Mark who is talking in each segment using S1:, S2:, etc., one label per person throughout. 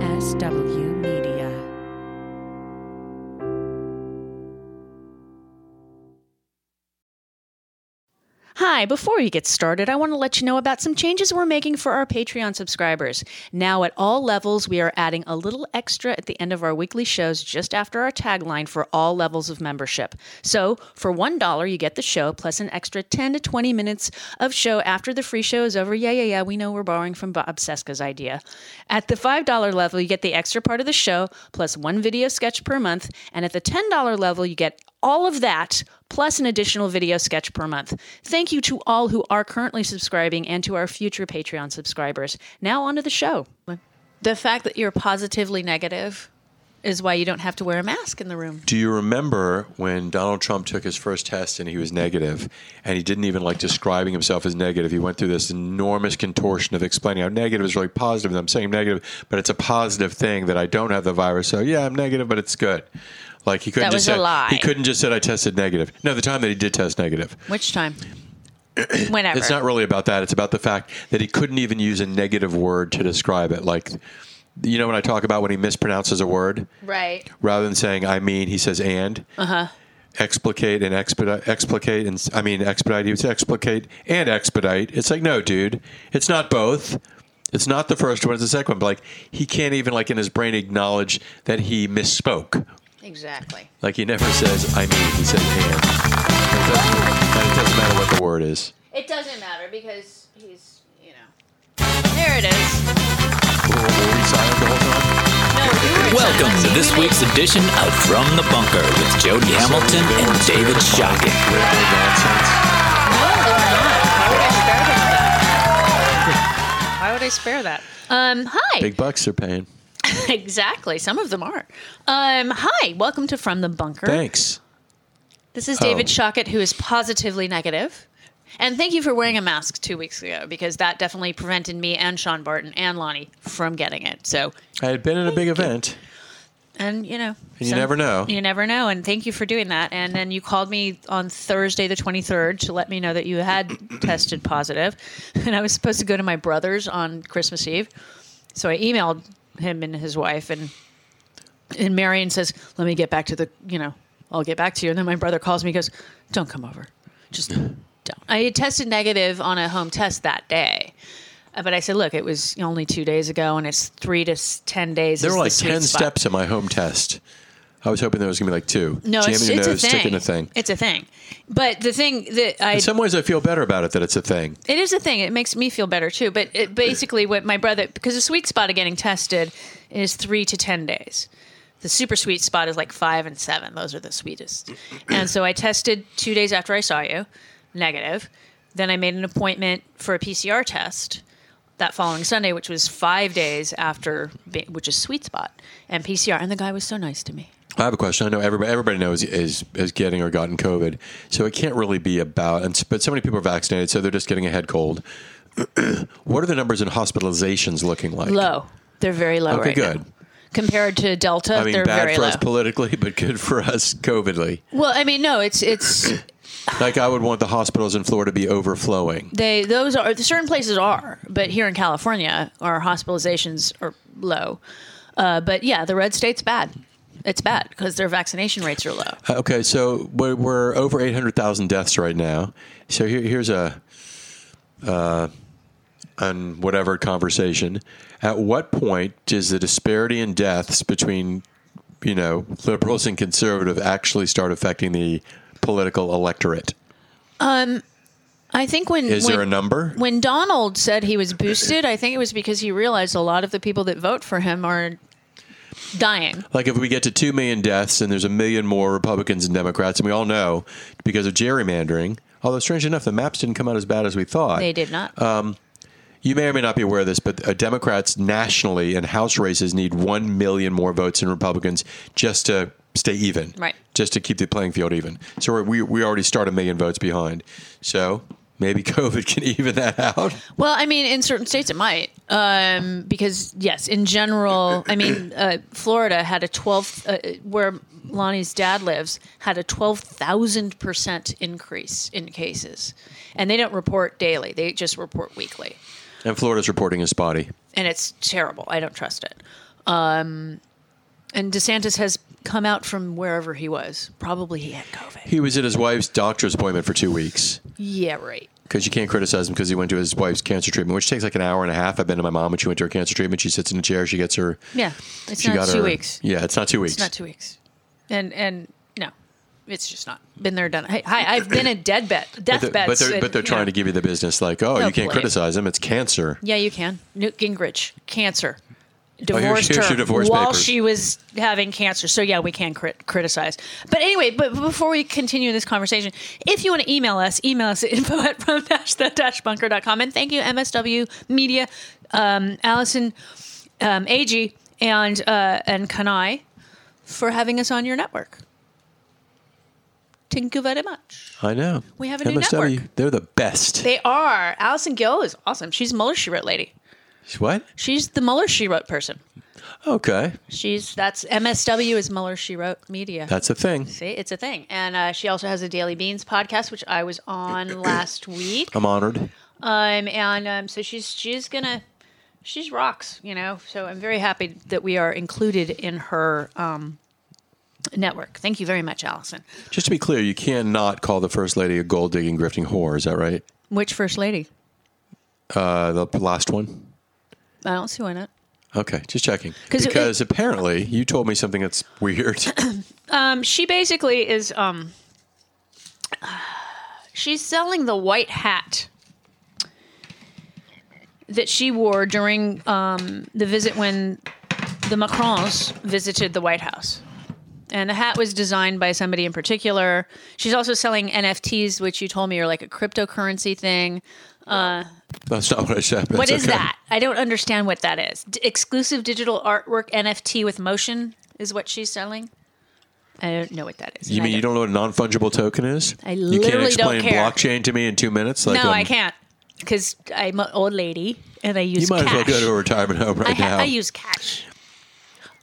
S1: W Media. Hi, before you get started, I want to let you know about some changes we're making for our Patreon subscribers. Now, at all levels, we are adding a little extra at the end of our weekly shows just after our tagline for all levels of membership. So, for $1, you get the show plus an extra 10 to 20 minutes of show after the free show is over. Yeah, yeah, yeah, we know we're borrowing from Bob Seska's idea. At the $5 level, you get the extra part of the show plus one video sketch per month. And at the $10 level, you get all of that plus an additional video sketch per month. Thank you to all who are currently subscribing and to our future Patreon subscribers. Now onto the show. The fact that you're positively negative is why you don't have to wear a mask in the room.
S2: Do you remember when Donald Trump took his first test and he was negative, and he didn't even like describing himself as negative? He went through this enormous contortion of explaining how negative is really positive, and I'm saying negative, but it's a positive thing that I don't have the virus. So yeah, I'm negative, but it's good. Like he couldn't
S1: That
S2: just
S1: was a
S2: say
S1: lie.
S2: he couldn't just said I tested negative. No, the time that he did test negative.
S1: Which time? Whenever.
S2: It's not really about that. It's about the fact that he couldn't even use a negative word to describe it. Like, you know, when I talk about when he mispronounces a word,
S1: right.
S2: rather than saying I mean, he says and. Uh huh. Explicate and expedite, explicate and I mean expedite. He would say explicate and expedite. It's like no, dude, it's not both. It's not the first one. It's the second one. But like he can't even like in his brain acknowledge that he misspoke.
S1: Exactly.
S2: Like he never says I mean. He says and. And It doesn't, and it doesn't matter what the word is.
S1: It doesn't matter because he's, you know. There it is.
S2: Were we silent the whole time?
S1: No, you were
S3: Welcome to this week's edition of From the Bunker with Jody Hamilton and David Shocking.
S1: Why would I spare that? Um, hi.
S2: Big bucks they're paying.
S1: exactly. Some of them are. Um, hi. Welcome to From the Bunker.
S2: Thanks.
S1: This is David
S2: Oh.
S1: Shockett, who is positively negative. And thank you for wearing a mask two weeks ago because that definitely prevented me and Sean Barton and Lonnie from getting it. So,
S2: I had been in a big event.
S1: and you know,
S2: And you
S1: so-
S2: never know.
S1: You never know. And thank you for doing that. And then you called me on Thursday, the 23rd, to let me know that you had tested positive. And I was supposed to go to my brother's on Christmas Eve. So I emailed him and his wife and and Marion says, "Let me get back to the, you know, I'll get back to you." And then my brother calls me, and goes, "Don't come over, just don't." I had tested negative on a home test that day, Uh, but I said, "Look, it was only two days ago, and it's three to s- ten days."
S2: There
S1: is
S2: were
S1: the
S2: like
S1: sweet
S2: ten
S1: spot."
S2: steps in my home test. I was hoping there was going to be like two.
S1: No,
S2: Jam
S1: it's,
S2: in your
S1: it's
S2: nose,
S1: a thing.
S2: stick in a thing.
S1: It's a thing. But the thing that I
S2: In some ways, I feel better about it that it's a thing.
S1: It is a thing. It makes me feel better too. But it basically, what my brother, because the sweet spot of getting tested is three to 10 days. The super sweet spot is like five and seven. Those are the sweetest. And so I tested two days after I saw you, negative. Then I made an appointment for a PCR test that following Sunday, which was five days after, be- which is sweet spot and PCR. And the guy was so nice to me.
S2: I have a question. I know everybody everybody knows is is getting or gotten COVID, so it can't really be about. And s- but so many people are vaccinated, so they're just getting a head cold. what are the numbers in hospitalizations looking like?
S1: Low. They're very low
S2: Okay,
S1: right now.
S2: good.
S1: Compared to Delta,
S2: I mean,
S1: they're
S2: bad
S1: very
S2: for
S1: low.
S2: us politically, but good for us COVIDly.
S1: well, I mean, no, it's it's
S2: Like I would want the hospitals in Florida to be overflowing.
S1: They those are certain places are, but here in California, our hospitalizations are low. Uh, but yeah, the red state's bad. It's bad because their vaccination rates are low.
S2: Okay, so we're, we're over 800,000 deaths right now. So here, here's a uh, on whatever conversation. At what point does the disparity in deaths between you know liberals and conservative actually start affecting the political electorate?
S1: I think when
S2: Is
S1: when,
S2: there a number?
S1: when Donald said he was boosted, I think it was because he realized a lot of the people that vote for him are dying.
S2: Like if we get to two million deaths and there's a million more Republicans and Democrats, and we all know because of gerrymandering. Although strange enough, the maps didn't come out as bad as we thought.
S1: They did not.
S2: You may or may not be aware of this, but uh, Democrats nationally in House races need 1 million more votes than Republicans just to stay even.
S1: Right.
S2: Just to keep the playing field even. So we're, we, we already start a million votes behind. So maybe COVID can even that out.
S1: Well, I mean, in certain states it might, um, because yes, in general, I mean, uh, Florida had a twelve, uh, where Lonnie's dad lives, had a twelve thousand percent increase in cases, and they don't report daily; they just report weekly,
S2: And Florida's reporting is spotty.
S1: and it's terrible. I don't trust it. Um, And DeSantis has come out from wherever he was. Probably he had COVID.
S2: He was at his wife's doctor's appointment for two weeks
S1: Yeah, right.
S2: because you can't criticize him because he went to his wife's cancer treatment, which takes like an hour and a half. I've been to my mom when she went to her cancer treatment. She sits in a chair. She gets her.
S1: Yeah, it's
S2: she
S1: not
S2: got
S1: two
S2: her-
S1: weeks.
S2: Yeah, it's not two weeks.
S1: It's not two weeks. And and no, it's just not. Been there, done. it. Hey, hi, I've been a dead bed,
S2: But they're,
S1: deathbed.
S2: but they're, but they're trying to give you the business like, oh, you can't
S1: play.
S2: criticize him. It's cancer.
S1: Yeah, you can. Newt Gingrich, cancer.
S2: here's-
S1: Divorced
S2: here's
S1: her
S2: your divorce
S1: while
S2: papers.
S1: she was having cancer. So yeah, we can crit- criticize. But anyway, but but before we continue this conversation, if you want to email us, email us at info at from dash the dash bunker.com. And thank you, MSW Media, um, Allison um, AG, and uh, and Kanai for having us on your network. Thank you very much.
S2: I know.
S1: We have a new network.
S2: They're the best.
S1: They are. Allison Gill is awesome. She's a Muller She Wrote lady.
S2: what?
S1: She's the Muller She Wrote person.
S2: Okay,
S1: She's that's MSW is Muller She Wrote Media.
S2: that's a thing.
S1: See, it's a thing, and uh, she also has a Daily Beans podcast, which I was on last week.
S2: I'm honored.
S1: Um, and um, so she's she's gonna she's rocks, you know. So I'm very happy that we are included in her um, network. Thank you very much, Allison.
S2: Just to be clear, you cannot call the first lady a gold digging grifting whore. Is that right?
S1: Which first lady?
S2: Uh, the last one.
S1: I don't see why not.
S2: Okay, just checking.
S1: 'Cause it-
S2: Because apparently you told me something that's weird.
S1: Um, she basically is um, she's selling the white hat that she wore during um, the visit when the Macrons visited the White House. And the hat was designed by somebody in particular. She's also selling NFTs, which you told me are like a cryptocurrency thing.
S2: that's not what I said. but
S1: What
S2: that's
S1: is
S2: okay.
S1: that? I don't understand what that is. D- exclusive digital artwork NFT with motion is what she's selling. I don't know what that is.
S2: You
S1: and I
S2: mean you don't know what a non fungible token is?
S1: I
S2: you can't
S1: literally don't
S2: explain
S1: care.
S2: blockchain to me in two minutes. Like,
S1: No,
S2: um,
S1: I can't because I'm an old lady and I use
S2: You might
S1: cash.
S2: as well go to a retirement home right
S1: I, ha-
S2: now
S1: I use Um, cash.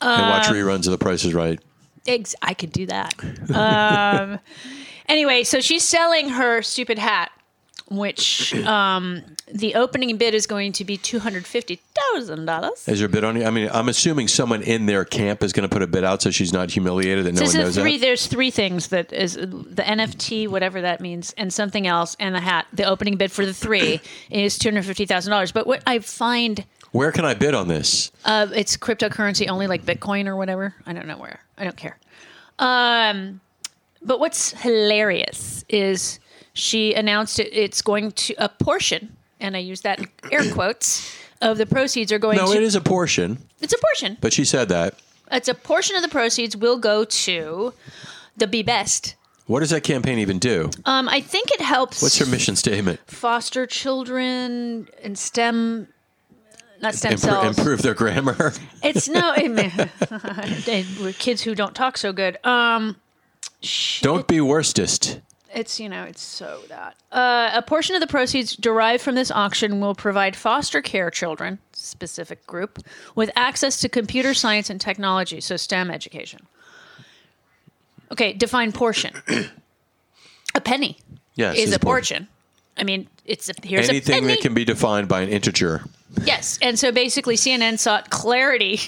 S2: and watch reruns of The Price is Right.
S1: Ex- I could do that. Um, anyway, so she's selling her stupid hat, which um, the opening bid is going to be two hundred fifty thousand dollars.
S2: Is there a bid on you? I mean, I'm assuming someone in their camp is going to put a bid out so she's not humiliated that no one knows
S1: three,
S2: that.
S1: there's three things that is the NFT, whatever that means, and something else, and the hat. The opening bid for the three is two hundred fifty thousand dollars. But what I find
S2: Where can I bid on this?
S1: Uh, it's cryptocurrency only, like Bitcoin or whatever. I don't know where. I don't care. Um, but what's hilarious is she announced it, it's going to a portion, and I use that in air quotes of the proceeds are going
S2: No,
S1: to.
S2: it is a portion,
S1: It's a portion.
S2: but she said that.
S1: It's a portion of the proceeds will go to the Be Best.
S2: What does that campaign even do?
S1: Um, I think it helps
S2: What's her mission statement?
S1: foster children and STEM, not STEM
S2: Impro-
S1: cells.
S2: improve their grammar.
S1: It's no I mean, they we're kids who don't talk so good. Um, sh-
S2: Don't be worstest.
S1: it's you know it's so that uh, a portion of the proceeds derived from this auction will provide foster care children, specific group, with access to computer science and technology, so STEM education. Okay, define portion. a penny
S2: Yes,
S1: is
S2: it's
S1: a portion. I mean, it's a here's a
S2: Anything
S1: penny.
S2: that can be defined by an integer.
S1: Yes. And so basically, CNN sought clarity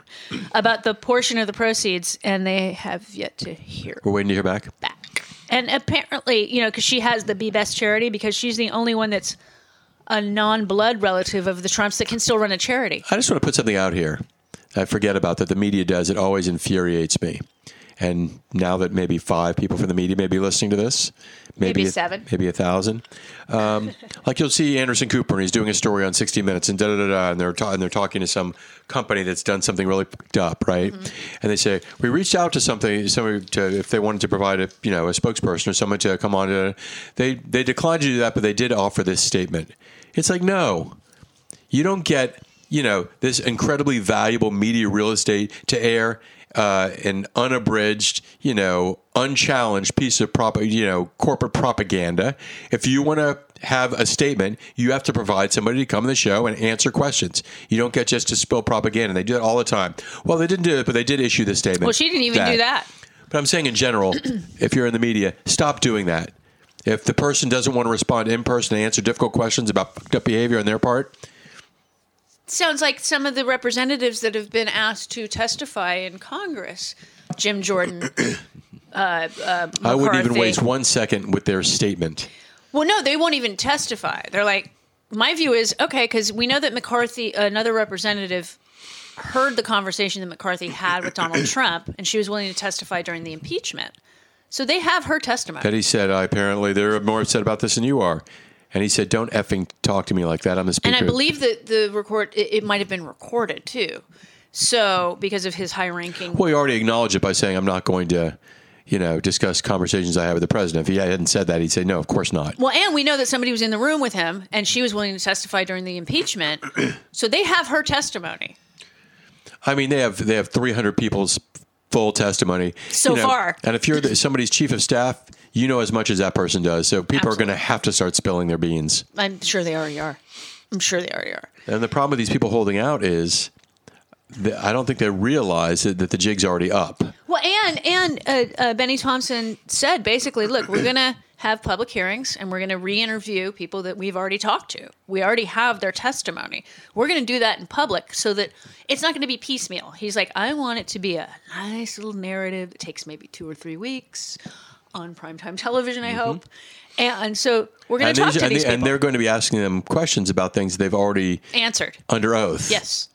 S1: about the portion of the proceeds, and they have yet to hear
S2: We're waiting to hear back.
S1: back. And apparently, you know, because she has the Be Best charity, because she's the only one that's a non blood relative of the Trumps that can still run a charity.
S2: I just want to put something out here. I forget about that. The media does. It always infuriates me. And now that maybe five people from the media may be listening to this, maybe,
S1: Maybe
S2: a-
S1: seven.
S2: maybe a thousand. Um, like you'll see Anderson Cooper, and he's doing a story on 60 Minutes, and da da da da, and they're ta- and they're talking to some company that's done something really picked up, right? And they say we reached out to something, somebody to, if they wanted to provide a you know a spokesperson or someone to come on to. They they declined to do that, but they did offer this statement. It's like no, you don't get you know this incredibly valuable media real estate to air uh, an unabridged you know unchallenged piece of prop you know corporate propaganda if you want to have a statement you have to provide somebody to come to the show and answer questions you don't get just to spill propaganda they do that all the time well they didn't do it but they did issue this statement
S1: Well, she didn't even do that.
S2: but I'm saying in general, if you're in the media, stop doing that. If the person doesn't want to respond in person and answer difficult questions about fucked up behavior on their part,
S1: Sounds like some of the representatives that have been asked to testify in Congress. Jim Jordan. uh,
S2: I wouldn't even
S1: McCarthy.
S2: waste one second with their statement.
S1: Well, no, they won't even testify. They're like, my view is okay, because we know that McCarthy, another representative, heard the conversation that McCarthy had with Donald Trump, and she was willing to testify during the impeachment. So they have her testimony.
S2: That he said, I apparently they're more upset about this than you are. And he said, Don't effing talk to me like that. I'm the
S1: and
S2: speaker.
S1: I believe that the record, it, it might have been recorded too. So because of his high ranking.
S2: Well, he already acknowledged it by saying, I'm not going to, you know, discuss conversations I have with the president. If he hadn't said that, he'd say, No, of course not.
S1: Well, and we know that somebody was in the room with him and she was willing to testify during the impeachment. so they have her testimony.
S2: I mean, they have they have 300 people's full testimony
S1: So
S2: you know,
S1: far.
S2: And if you're the, somebody's chief of staff, you know as much as that person does. So people are going to have to start spilling their beans.
S1: I'm sure they already are. I'm sure they already are.
S2: And the problem with these people holding out is, that I don't think they realize that, that the jig's already up.
S1: Well, and and uh, uh, Benny Thompson said basically, look, we're gonna have public hearings and we're gonna re-interview people that we've already talked to. We already have their testimony. We're gonna do that in public so that it's not gonna be piecemeal. He's like, I want it to be a nice little narrative that takes maybe two or three weeks on primetime television. I hope. And so we're gonna
S2: Mm-hmm.
S1: talk
S2: And, these-
S1: to
S2: and
S1: these
S2: they- and
S1: people.
S2: they're going to be asking them questions about things they've already
S1: Answered.
S2: under oath.
S1: Yes.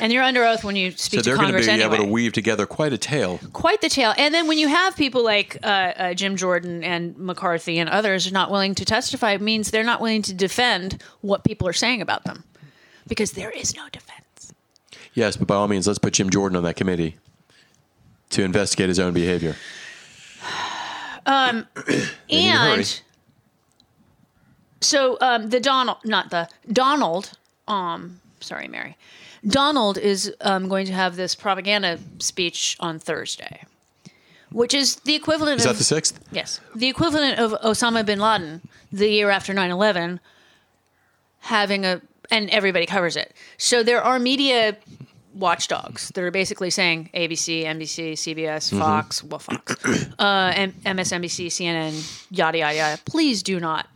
S1: And you're under oath when you speak
S2: So they're
S1: to
S2: going to
S1: Congress
S2: be
S1: anyway.
S2: able to weave together quite a tale.
S1: quite the tale. And then when you have people like uh, uh, Jim Jordan and McCarthy and others not willing to testify, it means they're not willing to defend what people are saying about them because there is no defense.
S2: Yes, but by all means, let's put Jim Jordan on that committee to investigate his own behavior. need to hurry.
S1: And so um, the Donald, not the Donald, um, sorry, Mary. Donald is um, going to have this propaganda speech on Thursday, which is the equivalent
S2: Is
S1: of
S2: that the sixth?
S1: Yes. The equivalent of Osama bin Laden the year after 9 11 having a, and everybody covers it. So there are media watchdogs that are basically saying ABC, NBC,
S2: Mm-hmm.
S1: CBS, Fox, well, Fox, uh, M- MSNBC, CNN, yada, yada, yada. Please do not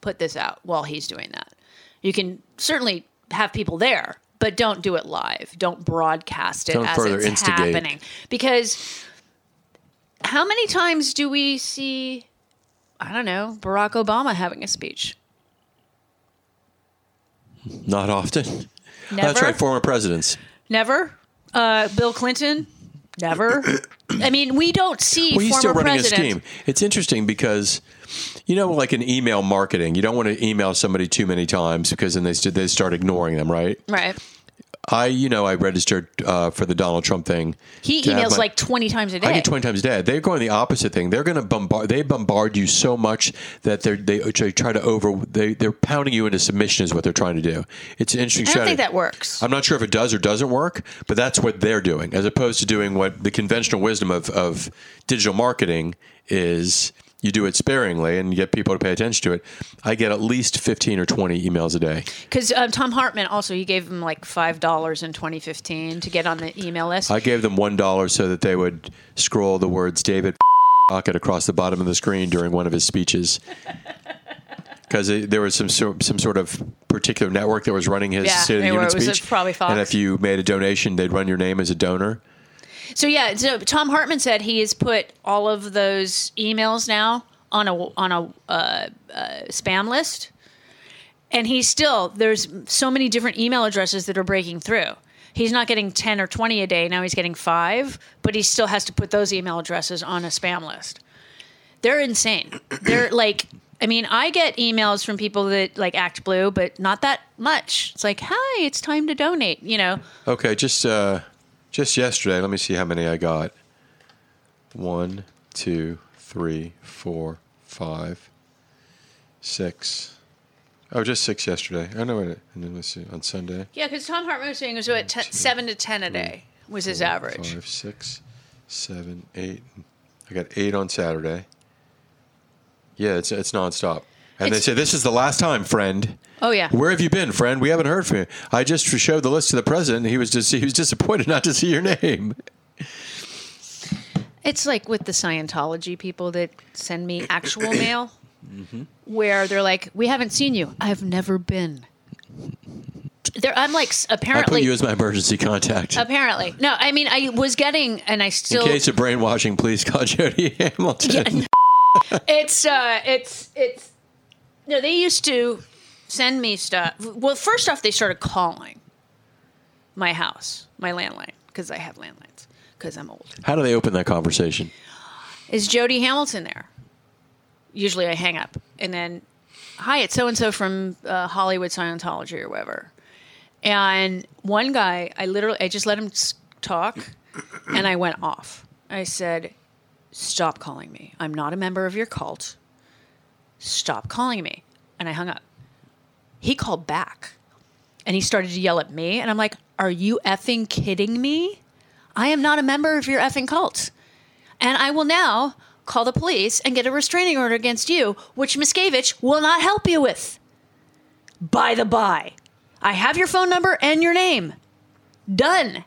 S1: put this out while he's doing that. You can certainly have people there, but don't do it live. Don't broadcast it
S2: Don't
S1: as
S2: further
S1: it's
S2: instigate.
S1: happening. Because how many times do we see, I don't know, Barack Obama having a speech?
S2: Not often.
S1: Never.
S2: That's right, former presidents.
S1: Never. Uh, Bill Clinton. Never. I mean, we don't see
S2: Well, he's
S1: former
S2: still running
S1: presidents.
S2: a scheme. It's interesting because, you know, like in email marketing, you don't want to email somebody too many times because then they, st- they start ignoring them, right?
S1: Right.
S2: I, you know, I registered uh, for the Donald Trump thing.
S1: He
S2: to have
S1: emails
S2: my-
S1: like 20 times a day.
S2: I get 20 times a day. They're going the opposite thing. They're going to bombard. They bombard you so much that they're, they they try to over. They they're pounding you into submission is what they're trying to do. It's an interesting.
S1: I don't
S2: strategy.
S1: think that works.
S2: I'm not sure if it does or doesn't work, but that's what they're doing, as opposed to doing what the conventional wisdom of of digital marketing is. You do it sparingly and you get people to pay attention to it. I get at least 15 or 20 emails a day.
S1: Because um, Tom Hartman also, he gave him like $5 in 2015 to get on the email list.
S2: I gave them one dollar so that they would scroll the words David Crockett across the bottom of the screen during one of his speeches. Because there was some sor- some sort of particular network that was running his
S1: Yeah,
S2: State of the
S1: they were-
S2: Union
S1: it was
S2: speech,
S1: probably Fox.
S2: and if you made a donation, they'd run your name as a donor.
S1: So yeah, so Tom Hartman said he has put all of those emails now on a on a uh, uh, spam list, and he's still there's so many different email addresses that are breaking through. He's not getting ten or twenty a day now; he's getting five, but he still has to put those email addresses on a spam list. They're insane. They're like. I mean, I get emails from people that like act blue, but not that much. It's like, hi, it's time to donate, you know?
S2: Okay, just uh, just yesterday, let me see how many I got. One, two, three, four, five, six. Oh, just six yesterday. Oh no, wait. And then let's see on Sunday.
S1: Yeah, because Tom Hartman was saying it was about te- seven to ten a day was his average.
S2: Five, six, seven, eight. I got eight on Saturday. Yeah, it's it's nonstop. And
S1: It's-
S2: they say this is the last time, friend.
S1: Oh yeah,
S2: Where have you been, friend? We haven't heard from you. I just showed the list to the president. He was just he was disappointed not to see your name.
S1: it's like with the Scientology people that send me actual mail, where they're like, "We haven't seen you. I've never been." There, I'm like s-
S2: I put
S1: apparently.
S2: you as my emergency contact.
S1: apparently, no. I mean, I was getting, and I still.
S2: In case of brainwashing, please call Jody Hamilton.
S1: It's uh, it's it's. No, they used to send me stuff. Well, first off, they started calling my house, my landline, because I have landlines, because I'm old.
S2: How do they open that conversation?
S1: Is Jody Hamilton there? Usually, I hang up and then, hi, it's so and so from uh, Hollywood Scientology or whatever. And one guy, I literally, I just let him s- talk, and I went off. I said, "Stop calling me. I'm not a member of your cult. Stop calling me." And I hung up. He called back, and he started to yell at me, and I'm like, "Are you effing kidding me? I am not a member of your effing cult, and I will now." Call the police and get a restraining order against you, which Miscavige will not help you with. By the by. I have your phone number and your name. Done.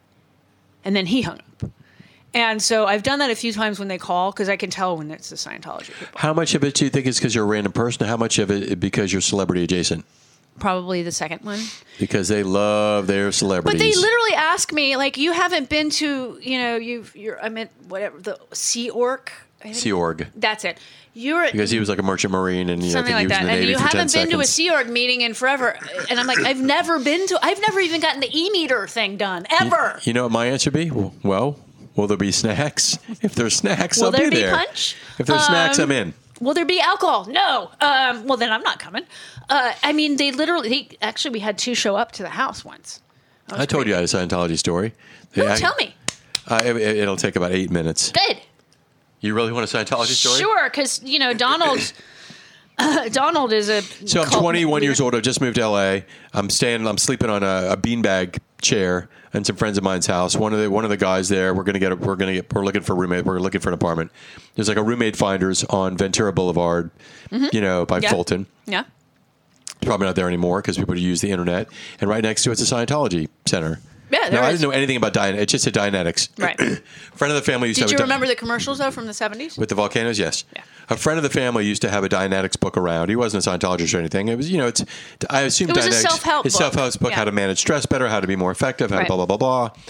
S1: And then he hung up. And so I've done that a few times when they call because I can tell when it's the Scientology people.
S2: How much of it do you think is because you're a random person? How much of it because you're celebrity adjacent?
S1: Probably the second one.
S2: Because they love their
S1: But
S2: celebrities.
S1: they literally ask me, like, you haven't been to, you know, you've, you're, I'm at whatever, the Sea Orc. I think-
S2: Sea Org.
S1: That's it. You're at
S2: Because he was like a merchant marine and you know, I
S1: something
S2: think he
S1: like
S2: was
S1: that.
S2: in the
S1: And
S2: Navy
S1: you
S2: for 10
S1: haven't been to a
S2: seconds.
S1: Sea Org meeting in forever. And I'm like, I've never been to, I've never even gotten the E meter thing done, ever.
S2: You know what my answer would be? Well, will there be snacks? If there's snacks,
S1: Will
S2: I'll
S1: there
S2: be
S1: be
S2: there.
S1: punch?
S2: If there's snacks,
S1: Um,
S2: I'm in.
S1: Will there be alcohol? No. Um, well, then I'm not coming. Uh, I mean, they literally, they, actually, we had two show up to the house once.
S2: I told you I had a Scientology story. They
S1: No,
S2: act-
S1: tell me.
S2: I, it, it'll take about eight minutes.
S1: Good.
S2: You really want a Scientology story?
S1: Sure, because, you know, Donald. Uh, Donald is a
S2: So I'm
S1: cult
S2: 21 years
S1: leader.
S2: old. I've just moved to LA. I'm staying. I'm sleeping on a, a beanbag chair in some friends of mine's house. One of the one of the guys there. We're gonna get. A, we're gonna get. We're looking for a roommate. We're looking for an apartment. There's like a roommate finders on Ventura Boulevard. You know, by
S1: Mm-hmm. Yeah.
S2: Fulton.
S1: Yeah.
S2: It's probably not there anymore because people use the internet. And right next to it's a Scientology center.
S1: Yeah, there
S2: Now, I
S1: is.
S2: didn't know anything about Dianetics. It's just a Dianetics.
S1: Right.
S2: Friend of the family used
S1: Did
S2: to
S1: you
S2: have a Di-
S1: remember the commercials, though, from the 70s?
S2: with the volcanoes, yes.
S1: Yeah.
S2: A friend of the family used to have a Dianetics book around. He wasn't a Scientologist or anything. It was, you know, it's. I assume
S1: It was a
S2: Dianetics
S1: self-help
S2: is
S1: book.
S2: self-help book,
S1: Yeah.
S2: how to manage stress better, how to be more effective, how
S1: Right.
S2: to blah blah blah blah.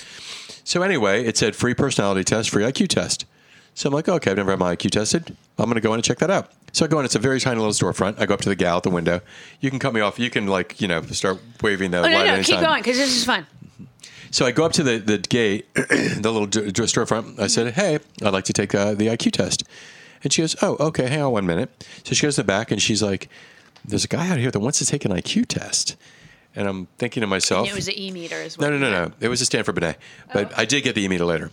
S2: So anyway, it said free personality test, free IQ test. So I'm like, okay, I've never had my IQ tested. I'm going to go in and check that out. So I go in. It's a very tiny little storefront. I go up to the gal at the window. You can cut me off. You can like, you know, start waving the
S1: Oh, no,
S2: light
S1: no,
S2: anytime.
S1: keep going, because this is fun.
S2: So I go up to the, the gate, the little d- d- storefront. I
S1: Mm-hmm.
S2: said, "Hey, I'd like to take uh, the IQ test." And she goes, "Oh, okay. Hang on one minute." So she goes to the back and she's like, "There's a guy out here that wants to take an IQ test." And I'm thinking to myself,
S1: It was Oh. an E meter as
S2: Oh. "No,
S1: well.
S2: no, no, no. It was a Stanford Binet, but I did get the E email later."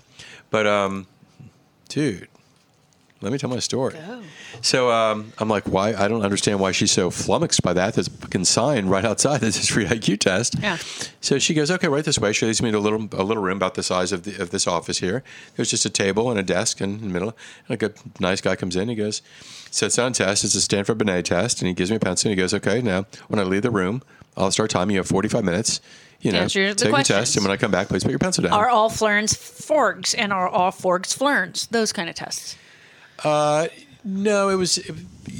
S2: But um, dude, let me tell my story.
S1: Go.
S2: So um, I'm like, why? I don't understand why she's so flummoxed by that. There's a fucking sign right outside that says free IQ test.
S1: Yeah.
S2: So she goes, okay, right this way. She leads me to a little a little room about the size of the, of this office here. There's just a table and a desk in the middle. And a good, nice guy comes in. He goes, sets down a test. It's a Stanford Binet test, and he gives me a pencil. And he goes, okay, now when I leave the room, I'll start time. You have 45 minutes. You know,
S1: Answer the
S2: take the
S1: questions.
S2: test, and when I come back, please put your pencil down.
S1: Are all flurns forgs and are all forgs flurns? Those kind of tests.
S2: No, it was.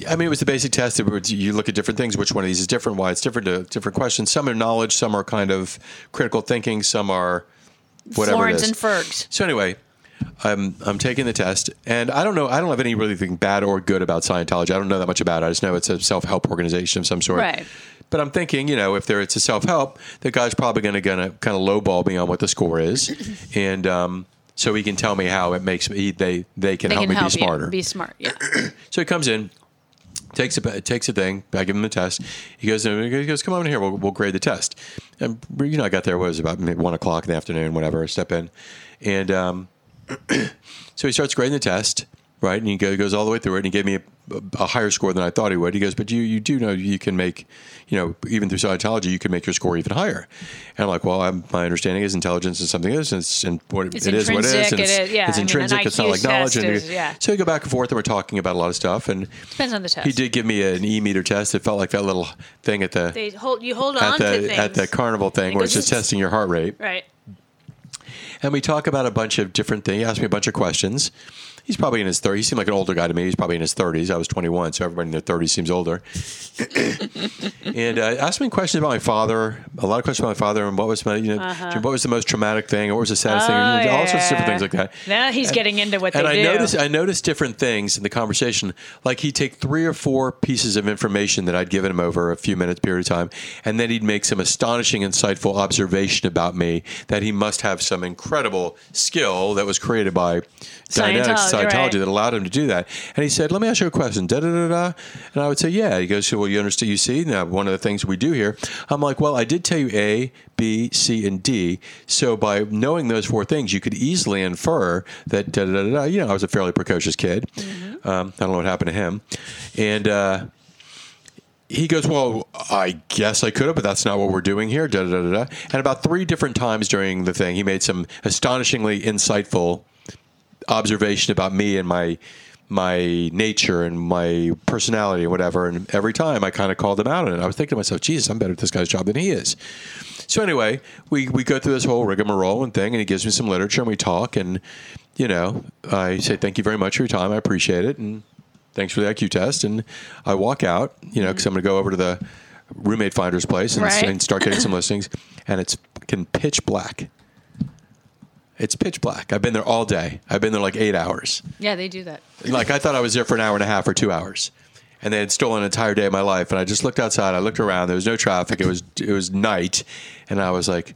S2: I mean, it was the basic test. It was- You look at different things. Which one of these is different? Why it's different? To different questions. Some are knowledge. Some are kind of critical thinking. Some are whatever it
S1: Florins
S2: is.
S1: and Fergs.
S2: So anyway, I'm I'm taking the test, and I don't know. I don't have any really thing bad or good about Scientology. I don't know that much about it. I just know it's a self help organization of some sort.
S1: Right.
S2: But I'm thinking, you know, if there it's a self help, the guy's probably going to going to kind of lowball me on what the score is, and um, so he can tell me how it makes me. They they can
S1: They
S2: help
S1: can
S2: me
S1: help
S2: be smarter.
S1: you be smart. Yeah.
S2: So he comes in, takes a takes a thing. I give him the test. He goes in. He goes, "Come on in here. We'll, we'll grade the test." And you know, I got there. What was it, about maybe one o'clock in the afternoon, whatever. I step in, and um, so he starts grading the test, right? And he go, goes all the way through it. And he gave me a, a higher score than I thought he would. He goes, "But you you do know you can make, you know, even through Scientology, you can make your score even higher." And I'm like, "Well, I'm, my understanding is intelligence is something is, and, it's, and what
S1: It's
S2: it is what it is.
S1: intrinsic,
S2: and
S1: it
S2: it's,
S1: is- yeah,
S2: it's
S1: I mean, an
S2: intrinsic. it's not
S1: IQ
S2: like knowledge."
S1: test
S2: And
S1: is- yeah.
S2: So we go back and forth, and we're talking about a lot of stuff, and.
S1: Depends on the test.
S2: He did give me an E meter test. It felt like that little thing at the
S1: They hold you hold on
S2: at
S1: to
S2: the
S1: things.
S2: at the carnival thing where it's just
S1: goes-
S2: testing your heart rate.
S1: right.
S2: And we talk about a bunch of different things. He asked me a bunch of questions, He's probably in his 30s. He seemed like an older guy to me. He's probably in his 30s. I was 21, so everybody in their 30s seems older. and uh, asked me questions about my father, a lot of questions about my father, and what was my, you know,
S1: Uh-huh.
S2: what was the most traumatic thing, or what was the saddest thing, and
S1: Oh,
S2: all sorts of different things like that.
S1: Now he's getting into what
S2: And
S1: they
S2: I
S1: do.
S2: noticed I noticed different things in the conversation. Like he'd take three or four pieces of information that I'd given him over a few minutes period of time, and then he'd make some astonishing, insightful observation about me that he must have some incredible skill that was created by dynamics
S1: Scientology,
S2: Scientology
S1: right.
S2: that allowed him to do that. And he said, "Let me ask you a question." Da da da da. And I would say, "Yeah." He goes, "So, well, you understand? You see, now one of the things we do here." I'm like, "Well, I did tell you A, B, C, and D. So by knowing those four things, you could easily infer that da da da da, da." You know, I was a fairly precocious kid.
S1: Mm-hmm.
S2: Um, I don't know what happened to him, and. uh he goes, Well, I guess I could have, but that's not what we're doing here. Da, da, da, da. da. And about three different times during the thing, he made some astonishingly insightful observation about me and my my nature and my personality and whatever. And every time I kind of called him out on it. I was thinking to myself, Jesus, I'm better at this guy's job than he is. So anyway, we, we go through this whole rigmarole and thing, and he gives me some literature and we talk. And, you know, I say, Thank you very much for your time. I appreciate it. And thanks for the IQ test. And I walk out, you know, because I'm going to go over to the roommate finder's place and,
S1: Right.
S2: and start getting some listings. And it's fucking pitch black. It's pitch black. I've been there all day. I've been there like eight hours.
S1: yeah, they do that.
S2: Like I thought I was there for an hour and a half or two hours, and they had stolen an entire day of my life. And I just looked outside. I looked around. There was no traffic. It was it was night, and I was like,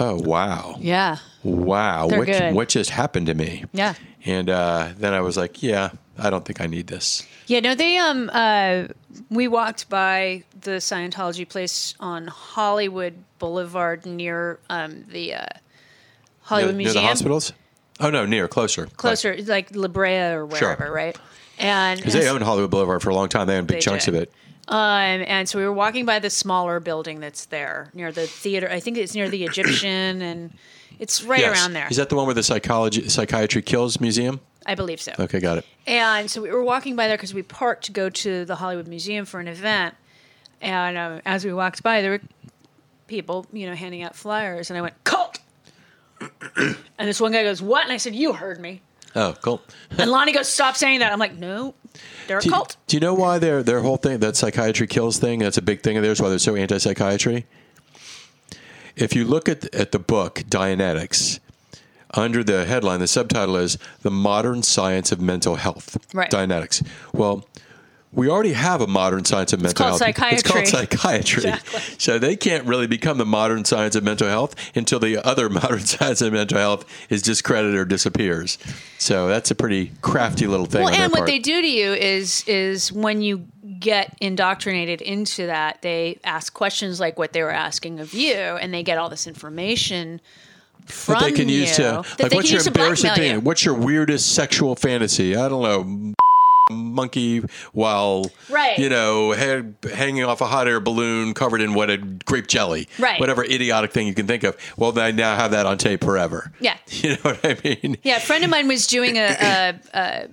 S2: "Oh wow,
S1: Yeah.
S2: wow,
S1: They're
S2: what
S1: good.
S2: what just happened to me?"
S1: Yeah.
S2: And uh, then I was like, "Yeah, I don't think I need this."
S1: Yeah, no, they um uh we walked by the Scientology place on Hollywood Boulevard near um the uh Hollywood
S2: near, near
S1: Museum.
S2: the hospitals? Oh no, near closer,
S1: Closer, like La Brea or wherever, right? And
S2: Because they owned Hollywood Boulevard for a long time. They owned big
S1: They
S2: chunks
S1: did.
S2: of it.
S1: Um, and so we were walking by the smaller building that's there near the theater. I think it's near the Egyptian, and it's right
S2: Yes.
S1: around there.
S2: Is that the one where the psychology psychiatry kills museum?
S1: I believe so.
S2: Okay, got it.
S1: And so we were walking by there because we parked to go to the Hollywood Museum for an event. And um, as we walked by, there were people, you know, handing out flyers, and I went cult. and this one guy goes, "What?" And I said, "You heard me."
S2: Oh, cool.
S1: And Lonnie goes, "Stop saying that." I'm like, "No, they're a
S2: Do you,
S1: cult."
S2: do you know why their their whole thing that psychiatry kills thing? That's a big thing of theirs. Why they're so anti psychiatry. If you look at at the book Dianetics, under the headline, the subtitle is "The Modern Science of Mental Health."
S1: Right.
S2: Dianetics. Well. We already have a modern science of mental
S1: called
S2: health. It's called
S1: psychiatry.
S2: psychiatry. So they can't really become the modern science of mental health until the other modern science of mental health is discredited or disappears. So that's a pretty crafty little thing.
S1: Well,
S2: on their
S1: and what
S2: part.
S1: they do to you is is when you get indoctrinated into that, they ask questions like what they were asking of you, and they get all this information from
S2: that they can use
S1: you
S2: to
S1: that
S2: like
S1: they can
S2: what's your
S1: use to
S2: embarrassing
S1: blackmail you.
S2: thing what's your weirdest sexual fantasy i don't know monkey while
S1: Right.
S2: you know head, hanging off a hot air balloon covered in what a grape jelly
S1: Right.
S2: whatever idiotic thing you can think of well they now have that on tape forever
S1: Yeah.
S2: you know what i mean
S1: Yeah, a friend of mine was doing a, a, a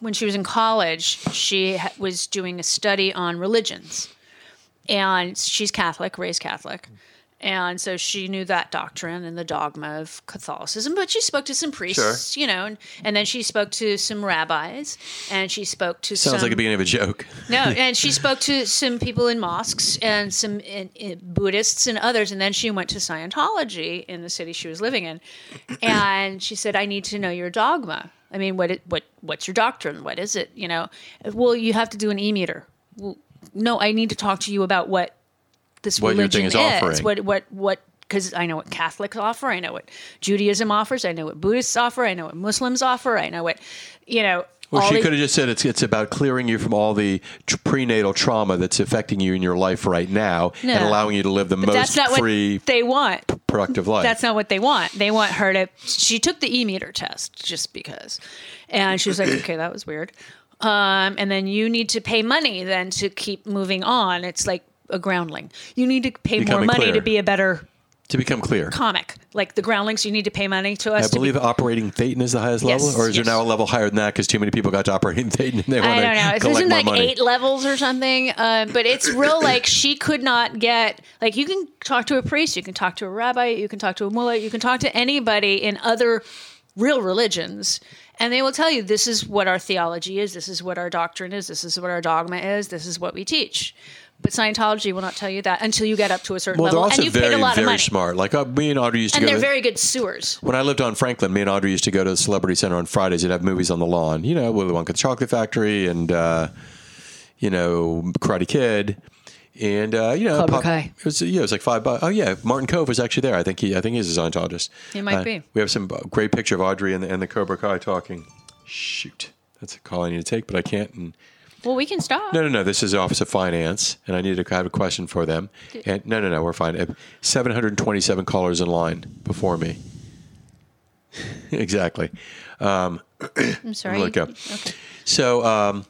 S1: when she was in college, she ha- was doing a study on religions. And she's Catholic, raised Catholic. And so she knew that doctrine and the dogma of Catholicism, but she spoke to some priests, you know, and, and then she spoke to some rabbis and she spoke to
S2: sounds
S1: some
S2: like the beginning of a joke
S1: no, and she spoke to some people in mosques and some in, in Buddhists and others, and then she went to Scientology in the city she was living in, and she said, "I need to know your dogma. I mean, what it, what what's your doctrine? What is it? You know, well, you have to do an e meter. Well, no, I need to talk to you about what this
S2: What your
S1: religion
S2: thing is offering.
S1: What what what." Because I know what Catholics offer, I know what Judaism offers, I know what Buddhists offer, I know what Muslims offer, I know what you know.
S2: well,
S1: all
S2: she
S1: the-
S2: could have just said it's it's about clearing you from all the tr- prenatal trauma that's affecting you in your life right now and
S1: No.
S2: allowing you to live the
S1: that's
S2: most
S1: not
S2: free,
S1: what they want.
S2: productive life.
S1: That's not what they want. They want her to. She took the e meter test just because, and she was like, "Okay, that was weird." Um, and then you need to pay money then to keep moving on. It's like a groundling. You need to pay more
S2: Becoming
S1: money
S2: clear.
S1: to be a better
S2: to become clear.
S1: comic. Like the groundlings, you need to pay money to us.
S2: I
S1: to
S2: believe
S1: be,
S2: operating Thetan is the highest
S1: Yes,
S2: level, or is
S1: yes.
S2: there now a level higher than that because too many people got to operating Thetan and they want
S1: I
S2: to
S1: don't know.
S2: collect
S1: It was in
S2: more
S1: like
S2: money?
S1: eight levels or something. Uh, but it's real like she could not get like you can talk to a priest, you can talk to a rabbi, you can talk to a mullah, you can talk to anybody in other real religions and they will tell you this is what our theology is, this is what our doctrine is, this is what our dogma is, this is what we teach. But Scientology will not tell you that until you get up to a certain
S2: Well, they're
S1: level
S2: also
S1: and you've paid
S2: very,
S1: a lot of
S2: very
S1: money.
S2: smart. Like uh, me and Audrey used to
S1: And
S2: go.
S1: they're
S2: To,
S1: very good sewers.
S2: when I lived on Franklin, me and Audrey used to go to the Celebrity Center on Fridays. They'd have movies on the lawn. You know, Willy Wonka the Chocolate Factory and uh, you know Karate Kid. And uh, you know,
S1: Cobra
S2: pop-
S1: Kai.
S2: It was yeah, it was like five bucks. Oh yeah, Martin Cove was actually there. I think he, I think he's a Scientologist.
S1: He might
S2: Uh,
S1: be.
S2: We have some great picture of Audrey and the, and the Cobra Kai talking. Shoot, that's a call I need to take, but I can't. And
S1: Well, we can stop.
S2: no, no, no. This is Office of Finance, and I needed to have a question for them. And no, no, no, we're fine. Uh, 727 callers in line before me. exactly.
S1: I'm sorry.
S2: Look
S1: You-
S2: up. So, um,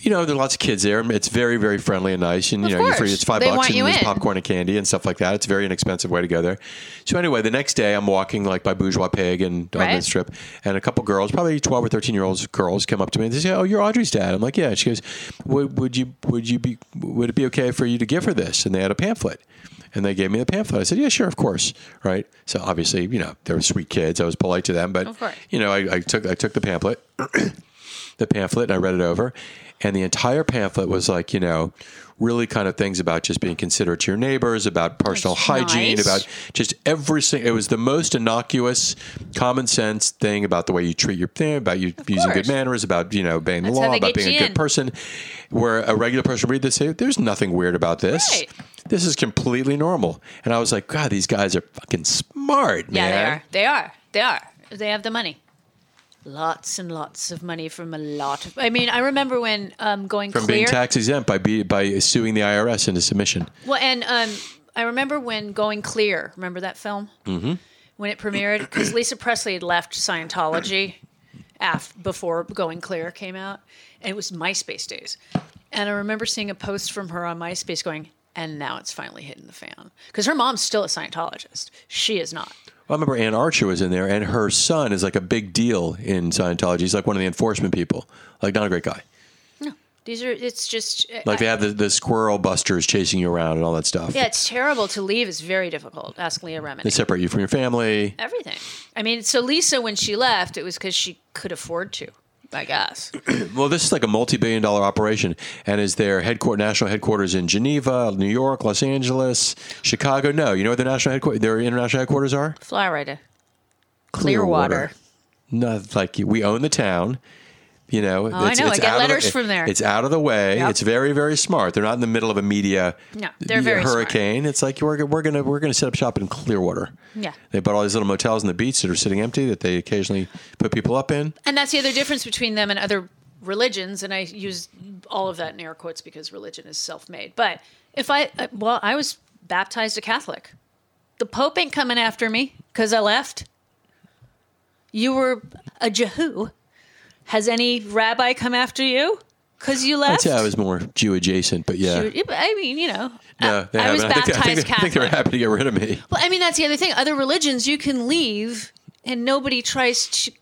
S2: you know, there are lots of kids there. and It's very, very friendly and nice. And, you
S1: Of
S2: know, you're free.
S1: course.
S2: It's five
S1: They
S2: bucks
S1: want
S2: and
S1: you
S2: there's
S1: in.
S2: popcorn and candy and stuff like that. It's a very inexpensive way to go there. So, anyway, the next day I'm walking like by Bourgeois Pig and on
S1: Right.
S2: this trip. And a couple girls, probably 12 or 13 year olds girls, come up to me and they say, Oh, you're Audrey's dad. I'm like, Yeah. And she goes, would, would you, would you be, would it be okay for you to give her this? And they had a pamphlet. And they gave me the pamphlet. I said, "Yeah, sure, of course." Right. So obviously, you know, they were sweet kids. I was polite to them, but
S1: Of course.
S2: you know, I, I took I took the pamphlet the pamphlet and I read it over. And the entire pamphlet was like, you know, really kind of things about just being considerate to your neighbors, about personal
S1: That's
S2: hygiene,
S1: nice.
S2: about just every single, it was the most innocuous, common sense thing about the way you treat your thing, about you using
S1: course.
S2: good manners, about, you know, obeying the
S1: That's how
S2: law,
S1: they get
S2: about being a
S1: you
S2: good
S1: in.
S2: person. Where a regular person would read this, say, there's nothing weird about this.
S1: Right.
S2: This is completely normal. And I was like, God, these guys are fucking smart,
S1: Yeah,
S2: man.
S1: they are. They are. They are. They have the money. Lots and lots of money from a lot of. I mean, I remember when um, going
S2: From
S1: clear.
S2: being tax exempt by, be, by suing the IRS into submission.
S1: well, and um, I remember when going clear. Remember that film? Mm-hmm. When it premiered, because Lisa Presley had left Scientology af- before Going Clear came out, and it was MySpace days. And I remember seeing a post from her on MySpace going, "And now it's finally hitting the fan," because her mom's still a Scientologist. She is not.
S2: I remember Ann Archer was in there, and her son is like a big deal in Scientology. He's like one of the enforcement people. Like, not a great guy.
S1: These are. It's just
S2: Like, they have the, the squirrel busters chasing you around and all that stuff.
S1: Yeah, it's terrible to leave. It's very difficult. Ask Leah
S2: They
S1: Remini.
S2: separate you from your family.
S1: Everything. I mean, so Lisa, when she left, it was because she could afford to, I guess.
S2: Well, this is like a multi billion dollar operation, and is their headquarter, national headquarters in Geneva, New York, Los Angeles, Chicago? No. You know where their national headquarters, their international headquarters are?
S1: Fly right to
S2: Clearwater.
S1: Clearwater.
S2: not like we own the town. You know,
S1: Oh, I know. I
S2: it's
S1: get
S2: out of the-
S1: letters from there.
S2: It's out of the way.
S1: Yep.
S2: It's very, very smart. They're not in the middle of a media
S1: No, they're very smart.
S2: hurricane. It's like we're, we're gonna we're gonna set up shop in Clearwater.
S1: Yeah.
S2: they bought all these little motels on the beach that are sitting empty that they occasionally put people up in.
S1: And that's the other difference between them and other religions. And I use all of that in air quotes because religion is self made. But if I, uh, well, I was baptized a Catholic. The Pope ain't coming after me because I left. You were a Jehu. Has any rabbi come after you because you
S2: I'd
S1: left?
S2: say I was more Jew adjacent, but yeah,
S1: You- I mean, you know,
S2: no, they
S1: I was
S2: haven't. I think, I,
S1: baptized
S2: think, I think they were
S1: Catholic.
S2: happy to get rid of me.
S1: Well, I mean, that's the other thing. Other religions, you can leave, and nobody tries to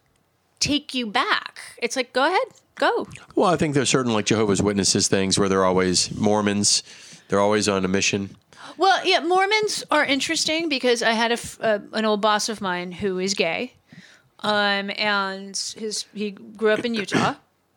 S1: take you back. It's like, go ahead, go.
S2: Well, I think there's certain like Jehovah's Witnesses things where they're always Mormons. They're always on a mission.
S1: Well, yeah, Mormons are interesting because I had a f- uh, an old boss of mine who is gay, um, and his he grew up in Utah.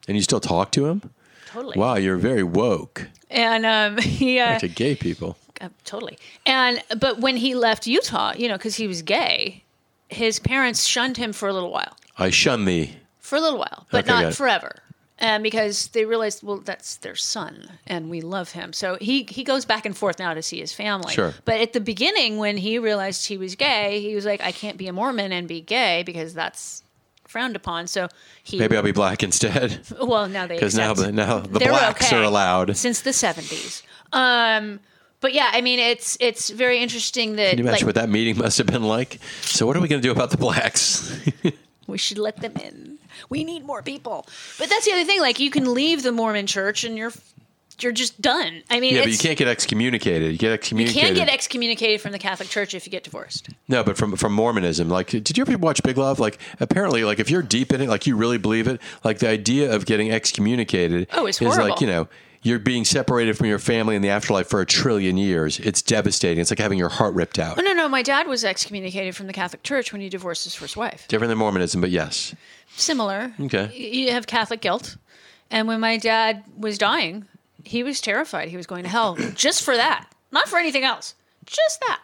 S2: And you still talk to him?
S1: Totally.
S2: Wow, you're very woke.
S1: And um, he uh,
S2: to gay people.
S1: Uh, totally. And but when he left Utah, you know, because he was gay, his parents shunned him for a little while.
S2: I shun thee.
S1: for a little while, but
S2: Okay, got
S1: not
S2: it.
S1: forever. Um, because they realized, well, that's their son, and we love him. So he he goes back and forth now to see his family.
S2: Sure.
S1: But at the beginning, when he realized he was gay, he was like, I can't be a Mormon and be gay because that's frowned upon. So he
S2: Maybe I'll be black instead.
S1: well now they
S2: Because now,
S1: accept-
S2: the- now the
S1: They're
S2: blacks
S1: okay.
S2: are allowed.
S1: since the seventies. Um, but yeah, I mean, it's it's very interesting that
S2: Can you
S1: like,
S2: imagine what that meeting must have been like? So, what are we going to do about the blacks?
S1: We should let them in. We need more people. But that's the other thing. Like you can leave the Mormon church and you're you're just done. I mean,
S2: yeah, but
S1: it's,
S2: you can't get excommunicated. You get
S1: you
S2: excommunicated.
S1: can get excommunicated from the Catholic Church if you get divorced.
S2: no, but from from Mormonism. Like, did you ever watch Big Love? Like, apparently, like if you're deep in it, like you really believe it, like the idea of getting excommunicated
S1: Oh, it's
S2: is like
S1: horrible.
S2: you know. you're being separated from your family in the afterlife for a trillion years. It's devastating. It's like having your heart ripped out.
S1: Oh, no, no. My dad was excommunicated from the Catholic Church when he divorced his first wife.
S2: Different than Mormonism, but yes.
S1: Similar.
S2: Okay.
S1: Y- You have Catholic guilt. And when my dad was dying, he was terrified he was going to hell just for that, not for anything else, just that.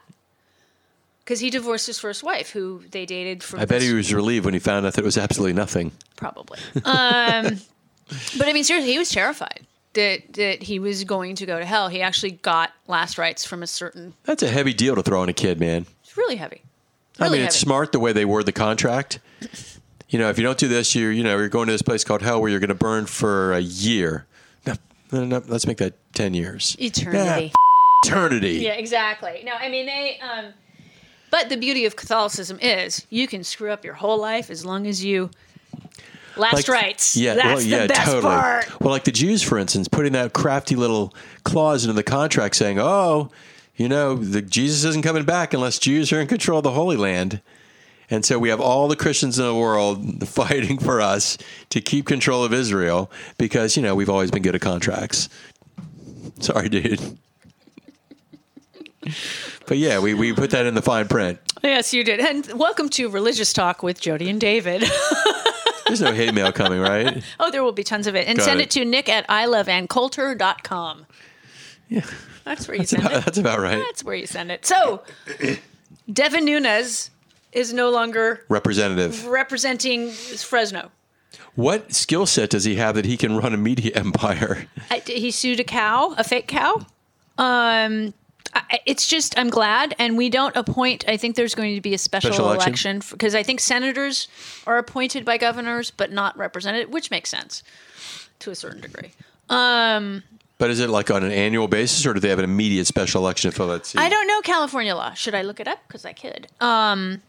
S1: Because he divorced his first wife, who they dated for
S2: I bet he was relieved when he found out that it was absolutely nothing.
S1: probably. Um, but I mean, seriously, he was terrified that that he was going to go to hell. He actually got last rites from a certain.
S2: That's a heavy deal to throw on a kid, man.
S1: It's really heavy.
S2: I
S1: Really
S2: mean, it's
S1: heavy.
S2: smart the way they word the contract. You know, if you don't do this, you you know you're going to this place called hell where you're going to burn for a year. No, no, no, let's make that ten years.
S1: Eternity.
S2: Yeah, eternity.
S1: Yeah, exactly. No, I mean they. Um, but the beauty of Catholicism is you can screw up your whole life as long as you last rites.
S2: Yeah,
S1: that's
S2: well, yeah,
S1: the best
S2: totally.
S1: part.
S2: Well, like the Jews, for instance, putting that crafty little clause into the contract saying, "Oh, you know, the Jesus isn't coming back unless Jews are in control of the Holy Land." And so we have all the Christians in the world fighting for us to keep control of Israel because, you know, we've always been good at contracts. Sorry, dude. But yeah, we, we put that in the fine print.
S1: Yes, you did. And welcome to Religious Talk with Jody and David.
S2: There's no hate mail coming, right?
S1: oh, there will be tons of it. And
S2: Got
S1: send
S2: it.
S1: it. to Nick at iloveandcoulter.com.
S2: Yeah.
S1: That's where you send it.
S2: That's about right.
S1: That's where you send it. So, Devin Nunes is no longer
S2: Representative.
S1: representing Fresno.
S2: What skill set does he have that he can run a media empire?
S1: I, he sued a cow, a fake cow. Um, I, it's just I'm glad, and we don't appoint. I think there's going to be a special,
S2: Special election?
S1: election because I think senators are appointed by governors, but not represented, which makes sense to a certain degree. Um,
S2: But is it like on an annual basis, or do they have an immediate special election to fill that seat?
S1: I don't know California law. Should I look it up? Because I could. Um,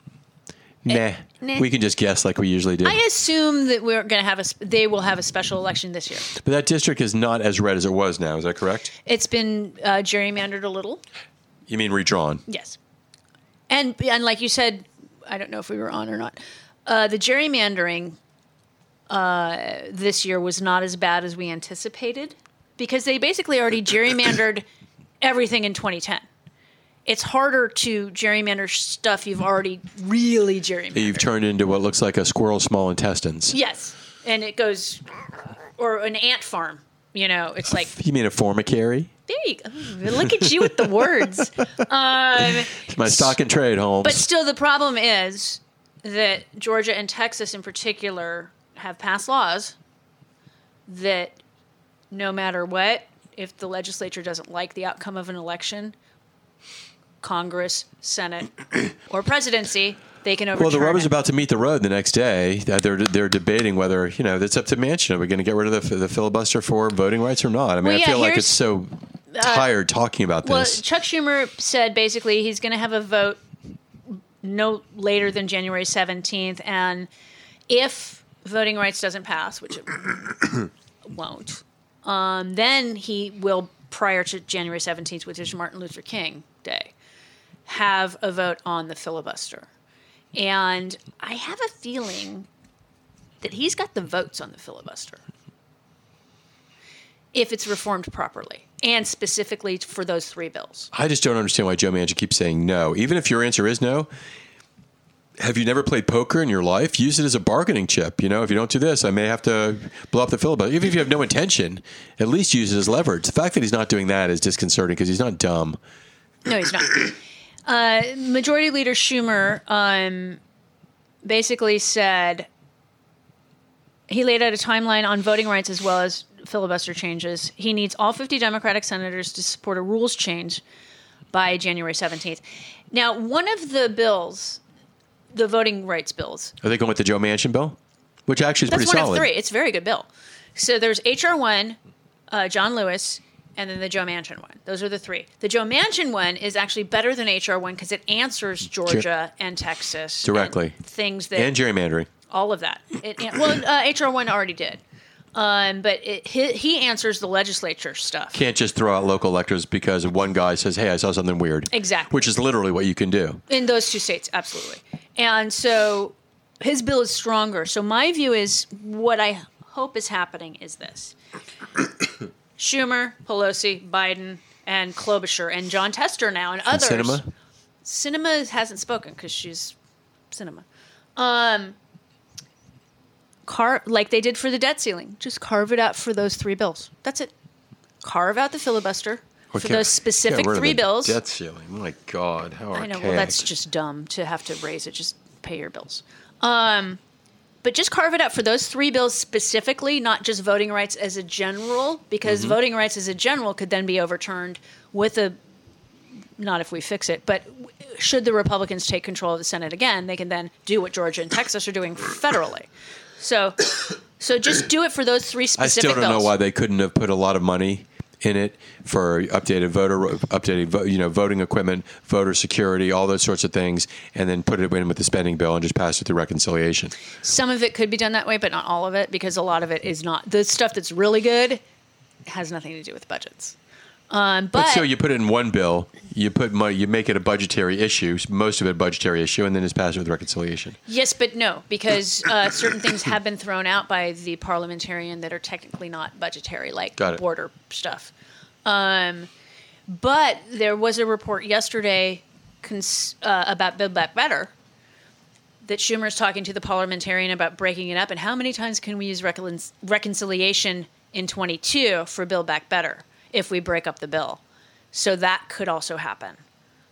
S2: Nah.
S1: Nah.
S2: We can just guess like we usually do.
S1: I assume that we're going to have a. sp- They will have a special election this year.
S2: but that district is not as red as it was now. Is that correct?
S1: It's been uh, gerrymandered a little.
S2: You mean redrawn?
S1: Yes. And and like you said, I don't know if we were on or not. Uh, the gerrymandering uh, this year was not as bad as we anticipated because they basically already gerrymandered everything in 2010. It's harder to gerrymander stuff you've already really gerrymandered.
S2: You've turned into what looks like a squirrel's small intestines.
S1: yes, and it goes or an ant farm. You know, it's like
S2: You mean a formicary?
S1: there you go. Look at you with the words. Um,
S2: It's my stock and trade, Holmes.
S1: But still, the problem is that Georgia and Texas, in particular, have passed laws that no matter what, if the legislature doesn't like the outcome of an election, Congress, Senate, or presidency, they can overturn.
S2: well, the rubber's
S1: it.
S2: about to meet the road the next day. Uh, They're they're debating whether you know that's up to Manchin. Are we going to get rid of the, the filibuster for voting rights or not? I mean,
S1: Well,
S2: I
S1: yeah,
S2: feel like
S1: here's- uh,
S2: it's so tired talking about
S1: Well,
S2: this.
S1: Chuck Schumer said basically he's going to have a vote no later than January 17th. And if voting rights doesn't pass, which it won't, um, then he will, prior to January 17th, which is Martin Luther King Day, have a vote on the filibuster. And I have a feeling that he's got the votes on the filibuster if it's reformed properly and specifically for those three bills.
S2: I just don't understand why Joe Manchin keeps saying no. Even if your answer is no, have you never played poker in your life? Use it as a bargaining chip. You know, if you don't do this, I may have to blow up the filibuster. Even if you have no intention, at least use it as leverage. The fact that he's not doing that is disconcerting because he's not dumb.
S1: No, he's not. Uh, Majority Leader Schumer um, basically said he laid out a timeline on voting rights as well as filibuster changes. He needs all 50 Democratic senators to support a rules change by January 17th. Now, one of the bills, the voting rights bills,
S2: Are they going with the Joe Manchin bill? Which actually is
S1: that's
S2: pretty
S1: one
S2: solid.
S1: of three. It's a very good bill. So there's HR one, uh, John Lewis, and then the Joe Manchin one. Those are the three. The Joe Manchin one is actually better than HR one because it answers Georgia and Texas
S2: Directly.
S1: and things that
S2: And gerrymandering.
S1: all of that. It, an- well, uh, HR one already did, um, but it, he, he answers the legislature stuff.
S2: Can't just throw out local electors because one guy says, hey, I saw something weird.
S1: Exactly.
S2: Which is literally what you can do.
S1: in those two states absolutely and so his bill is stronger so my view is what i hope is happening is this Schumer, Pelosi, Biden, and Klobuchar, and John Tester now, and others.
S2: Cinema.
S1: Cinema hasn't spoken because she's cinema. Um, car like they did for the debt ceiling, just carve it out for those three bills. That's it. Carve out the filibuster
S2: We
S1: for
S2: can't-
S1: those specific
S2: can't rid of
S1: three
S2: the
S1: bills.
S2: Debt ceiling. My God, how
S1: I know. Well,
S2: archaic.
S1: that's just dumb to have to raise it. Just pay your bills. Um, but just carve it out for those three bills specifically, not just voting rights as a general, because
S2: Mm-hmm.
S1: voting rights as a general could then be overturned with a not if we fix it, but w- should the Republicans take control of the Senate again, they can then do what Georgia and Texas are doing federally. So, so just do it for those three
S2: I
S1: specific
S2: still don't know
S1: bills.
S2: why they couldn't have put a lot of money in it for updated voter, updated vo- you know voting equipment, voter security, all those sorts of things, and then put it in with the spending bill and just pass it through reconciliation.
S1: Some of it could be done that way, but not all of it, because a lot of it is not the stuff that's really good has nothing to do with budgets. Um, but,
S2: But still, you put it in one bill, you put money, you make it a budgetary issue, most of it a budgetary issue, and then just pass it with reconciliation.
S1: yes, but no, because uh, certain things have been thrown out by the parliamentarian that are technically not budgetary, like
S2: Got it.
S1: border stuff. Um, but there was a report yesterday cons- uh, about Build Back Better that Schumer's talking to the parliamentarian about breaking it up and how many times can we use recon- reconciliation in 22 for Build Back Better if we break up the bill. So that could also happen.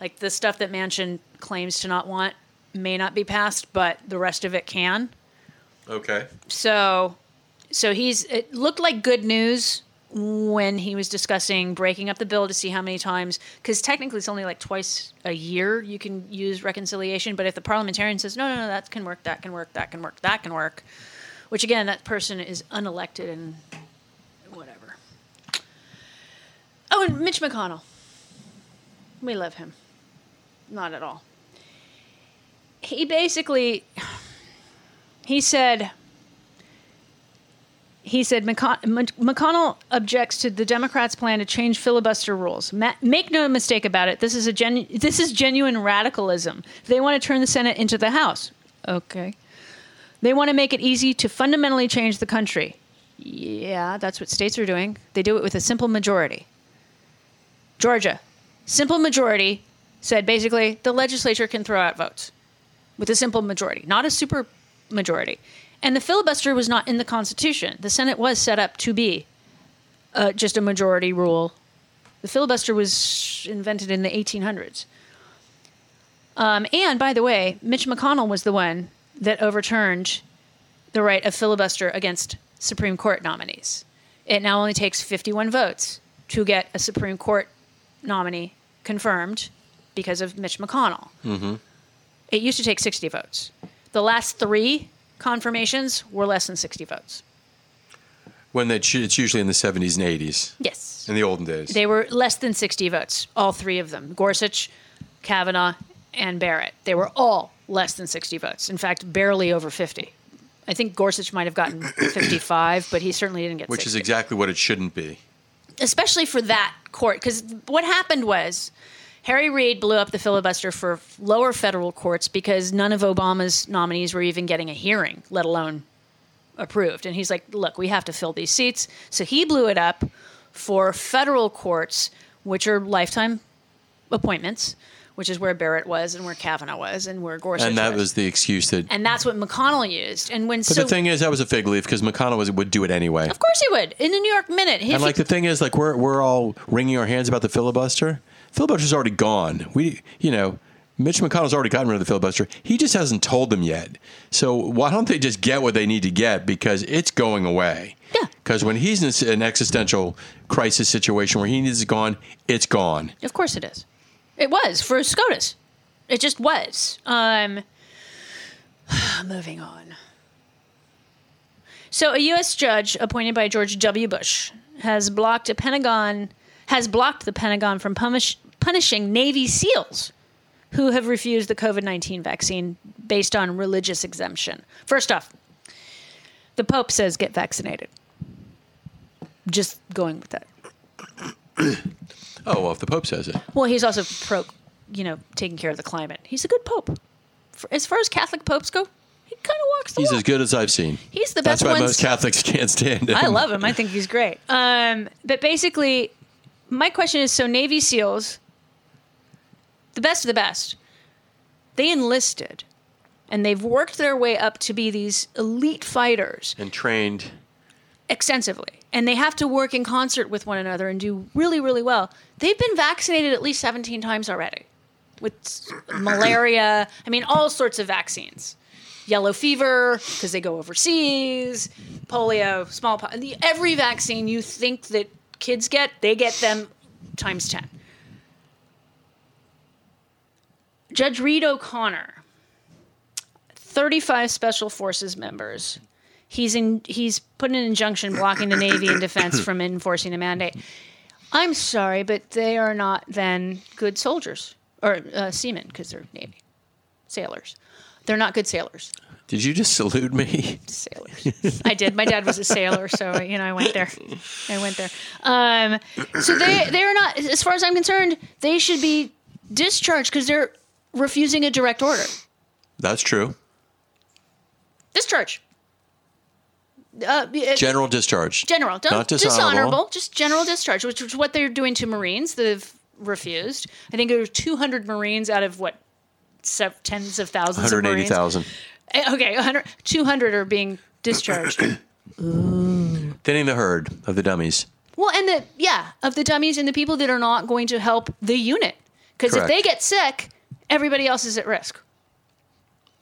S1: Like the stuff that Manchin claims to not want may not be passed, but the rest of it can.
S2: Okay.
S1: So, so he's it looked like good news when he was discussing breaking up the bill to see how many times because technically it's only like twice a year you can use reconciliation but if the parliamentarian says no no no that can work that can work that can work that can work which again that person is unelected and whatever oh and mitch mcconnell we love him not at all he basically he said he said McCon- Mc- McConnell objects to the Democrats' plan to change filibuster rules. Ma- make no mistake about it. This is a genu- this is genuine radicalism. They want to turn the Senate into the House. Okay. They want to make it easy to fundamentally change the country. Yeah, that's what states are doing. They do it with a simple majority. Georgia, simple majority said basically the legislature can throw out votes with a simple majority, not a super majority. And the filibuster was not in the Constitution. The Senate was set up to be uh, just a majority rule. The filibuster was invented in the 1800s. Um, and by the way, Mitch McConnell was the one that overturned the right of filibuster against Supreme Court nominees. It now only takes 51 votes to get a Supreme Court nominee confirmed because of Mitch McConnell it used to take 60 votes. The last three confirmations were less than 60 votes.
S2: When they, it's usually in the 70s and 80s,
S1: Yes.
S2: in the olden days.
S1: They were less than 60 votes, all three of them Gorsuch, Kavanaugh, and Barrett. They were all less than 60 votes. In fact, barely over 50. I think Gorsuch might have gotten 55, but he certainly didn't get
S2: which
S1: 60.
S2: is exactly what it shouldn't be.
S1: especially for that court because what happened was harry reid blew up the filibuster for f- lower federal courts because none of obama's nominees were even getting a hearing let alone approved and he's like look we have to fill these seats so he blew it up for federal courts which are lifetime appointments which is where barrett was and where kavanaugh was and where gorsuch
S2: And that was the excuse that.
S1: and that's what mcconnell used and when
S2: But
S1: so
S2: the thing is, that was a fig leaf because McConnell was, would do it anyway.
S1: of course he would in the new york minute if
S2: And
S1: he-
S2: like the thing is, like we're we're all wringing our hands about the filibuster. Filibuster's already gone. We, you know, Mitch McConnell's already gotten rid of the filibuster. He just hasn't told them yet. So why don't they just get what they need to get because it's going away.
S1: Yeah.
S2: Because when he's in s- an existential crisis situation where he needs it gone, it's gone.
S1: Of course it is. It was for SCOTUS. It just was. Um, moving on. So, a U.S. judge appointed by George W. Bush has blocked a Pentagon has blocked the Pentagon from punish, punishing Navy SEALs who have refused the COVID nineteen vaccine based on religious exemption. First off, the Pope says get vaccinated. Just going with that.
S2: Oh well, if the Pope says it,
S1: Well, he's also pro, you know, taking care of the climate. He's a good pope. For, as far as Catholic popes go, He kind of walks the
S2: He's
S1: walk.
S2: as good as I've seen.
S1: He's the
S2: That's
S1: best
S2: why
S1: one.
S2: most Catholics can't stand him.
S1: I love him. I think he's great. Um, but basically, my question is: so Navy SEALs, the best of the best, they enlisted, and they've worked their way up to be these elite fighters
S2: And trained.
S1: extensively, and they have to work in concert with one another and do really, really well. They've been vaccinated at least seventeen times already with s- malaria. I mean, all sorts of vaccines. Yellow fever because they go overseas, polio, smallpox. the- Every vaccine you think that kids get, they get them times 10. Judge Reed O'Connor, 35 special forces members. He's in he's put an injunction blocking the Navy and Defense from enforcing a mandate. I'm sorry, but they are not then good soldiers or uh, seamen because they're Navy sailors. They're not good sailors.
S2: Did you just salute me?
S1: Sailors. I did. My dad was a sailor, so you know I went there. I went there. Um, so they they are not, as far as I'm concerned, they should be discharged because they're refusing a direct order.
S2: That's true.
S1: Discharge. Uh, it-
S2: General discharge.
S1: general, don't,
S2: Not
S1: dishonorable.
S2: dishonorable.
S1: just general discharge, which is what they're doing to Marines that have refused. I think there were 200 Marines out of what, sev- tens of thousands of Marines.
S2: 180,000.
S1: Eh, Okay, 100, 200 are being discharged.
S2: Thinning the herd of the dummies.
S1: well, and the, yeah, of the dummies and the people that are not going to help the unit. Because if
S2: Correct.
S1: they get sick, everybody else is at risk.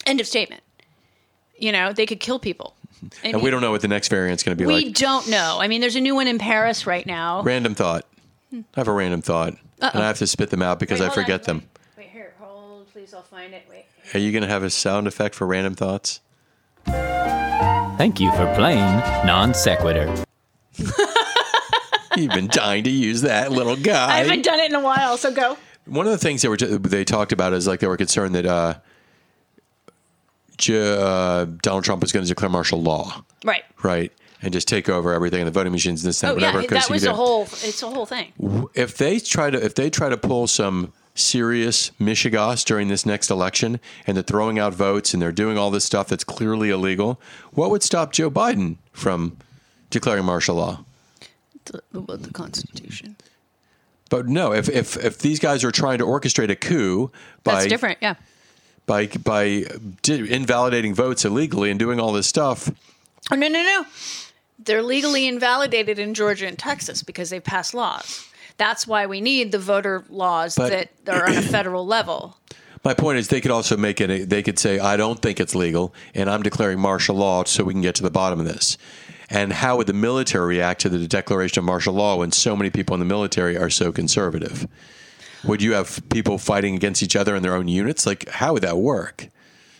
S1: End of statement. You know, they could kill people.
S2: And we don't know what the next variant's going to be
S1: We
S2: like.
S1: don't know. I mean, there's a new one in Paris right now.
S2: Random thought. I have a random thought. And I have to spit them out because I forget them.
S1: Wait here, hold, please. I'll find it. Wait.
S2: Are you going to have a sound effect for random thoughts?
S3: Thank you for playing Non Sequitur.
S2: You've been dying to use that little guy.
S1: I haven't done it in a while, so go.
S2: One of the things they were they talked about is like they were concerned that uh, J- uh, Donald Trump was going to declare martial law,
S1: Right.
S2: right, and just take over everything and the voting machines, this, that,
S1: Oh
S2: whatever.
S1: yeah,
S2: 'cause
S1: that
S2: he
S1: was
S2: could-
S1: a whole. It's a whole thing.
S2: If they try to if they try to pull some serious Michigas during this next election and they're throwing out votes and they're doing all this stuff that's clearly illegal, what would stop Joe Biden from declaring martial law?
S1: The, about the Constitution.
S2: But no, if, if if these guys are trying to orchestrate a coup by
S1: That's different. Yeah.
S2: by by di- invalidating votes illegally and doing all this stuff.
S1: Oh no no no. They're legally invalidated in Georgia and Texas because they've passed laws. That's why we need the voter laws
S2: But-
S1: that are on a federal level.
S2: My point is, they could also make it. a- They could say, "I don't think it's legal, and I'm declaring martial law so we can get to the bottom of this." And how would the military react to the declaration of martial law when so many people in the military are so conservative? Would you have people fighting against each other in their own units? Like, how would that work?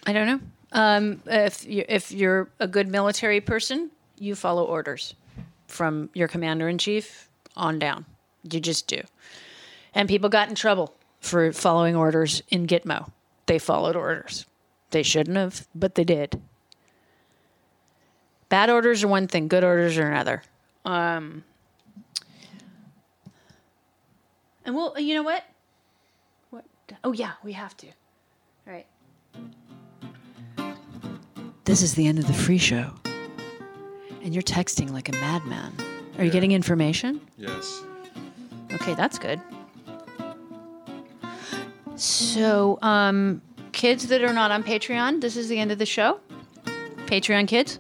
S1: I don't know. Um, if you, if you're a good military person, you follow orders from your commander in chief on down. You just do. And people got in trouble for following orders in Gitmo. They followed orders. They shouldn't have, but they did. Bad orders are one thing, good orders are another. Um, and well, you know what? What? Oh yeah, we have to. All right. This is the end of the free show. And you're texting like a madman. Are you getting information?
S2: Yes.
S1: Okay, that's good. So, um, kids that are not on Patreon, this is the end of the show. Patreon kids,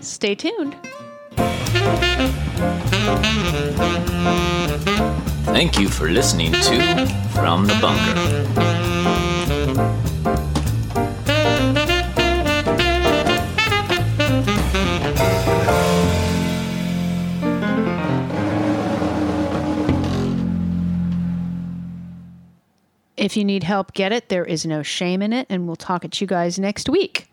S1: stay tuned.
S3: Thank you for listening to From the Bunker.
S1: If you need help, get it. There is no shame in it, and we'll talk at you guys next week.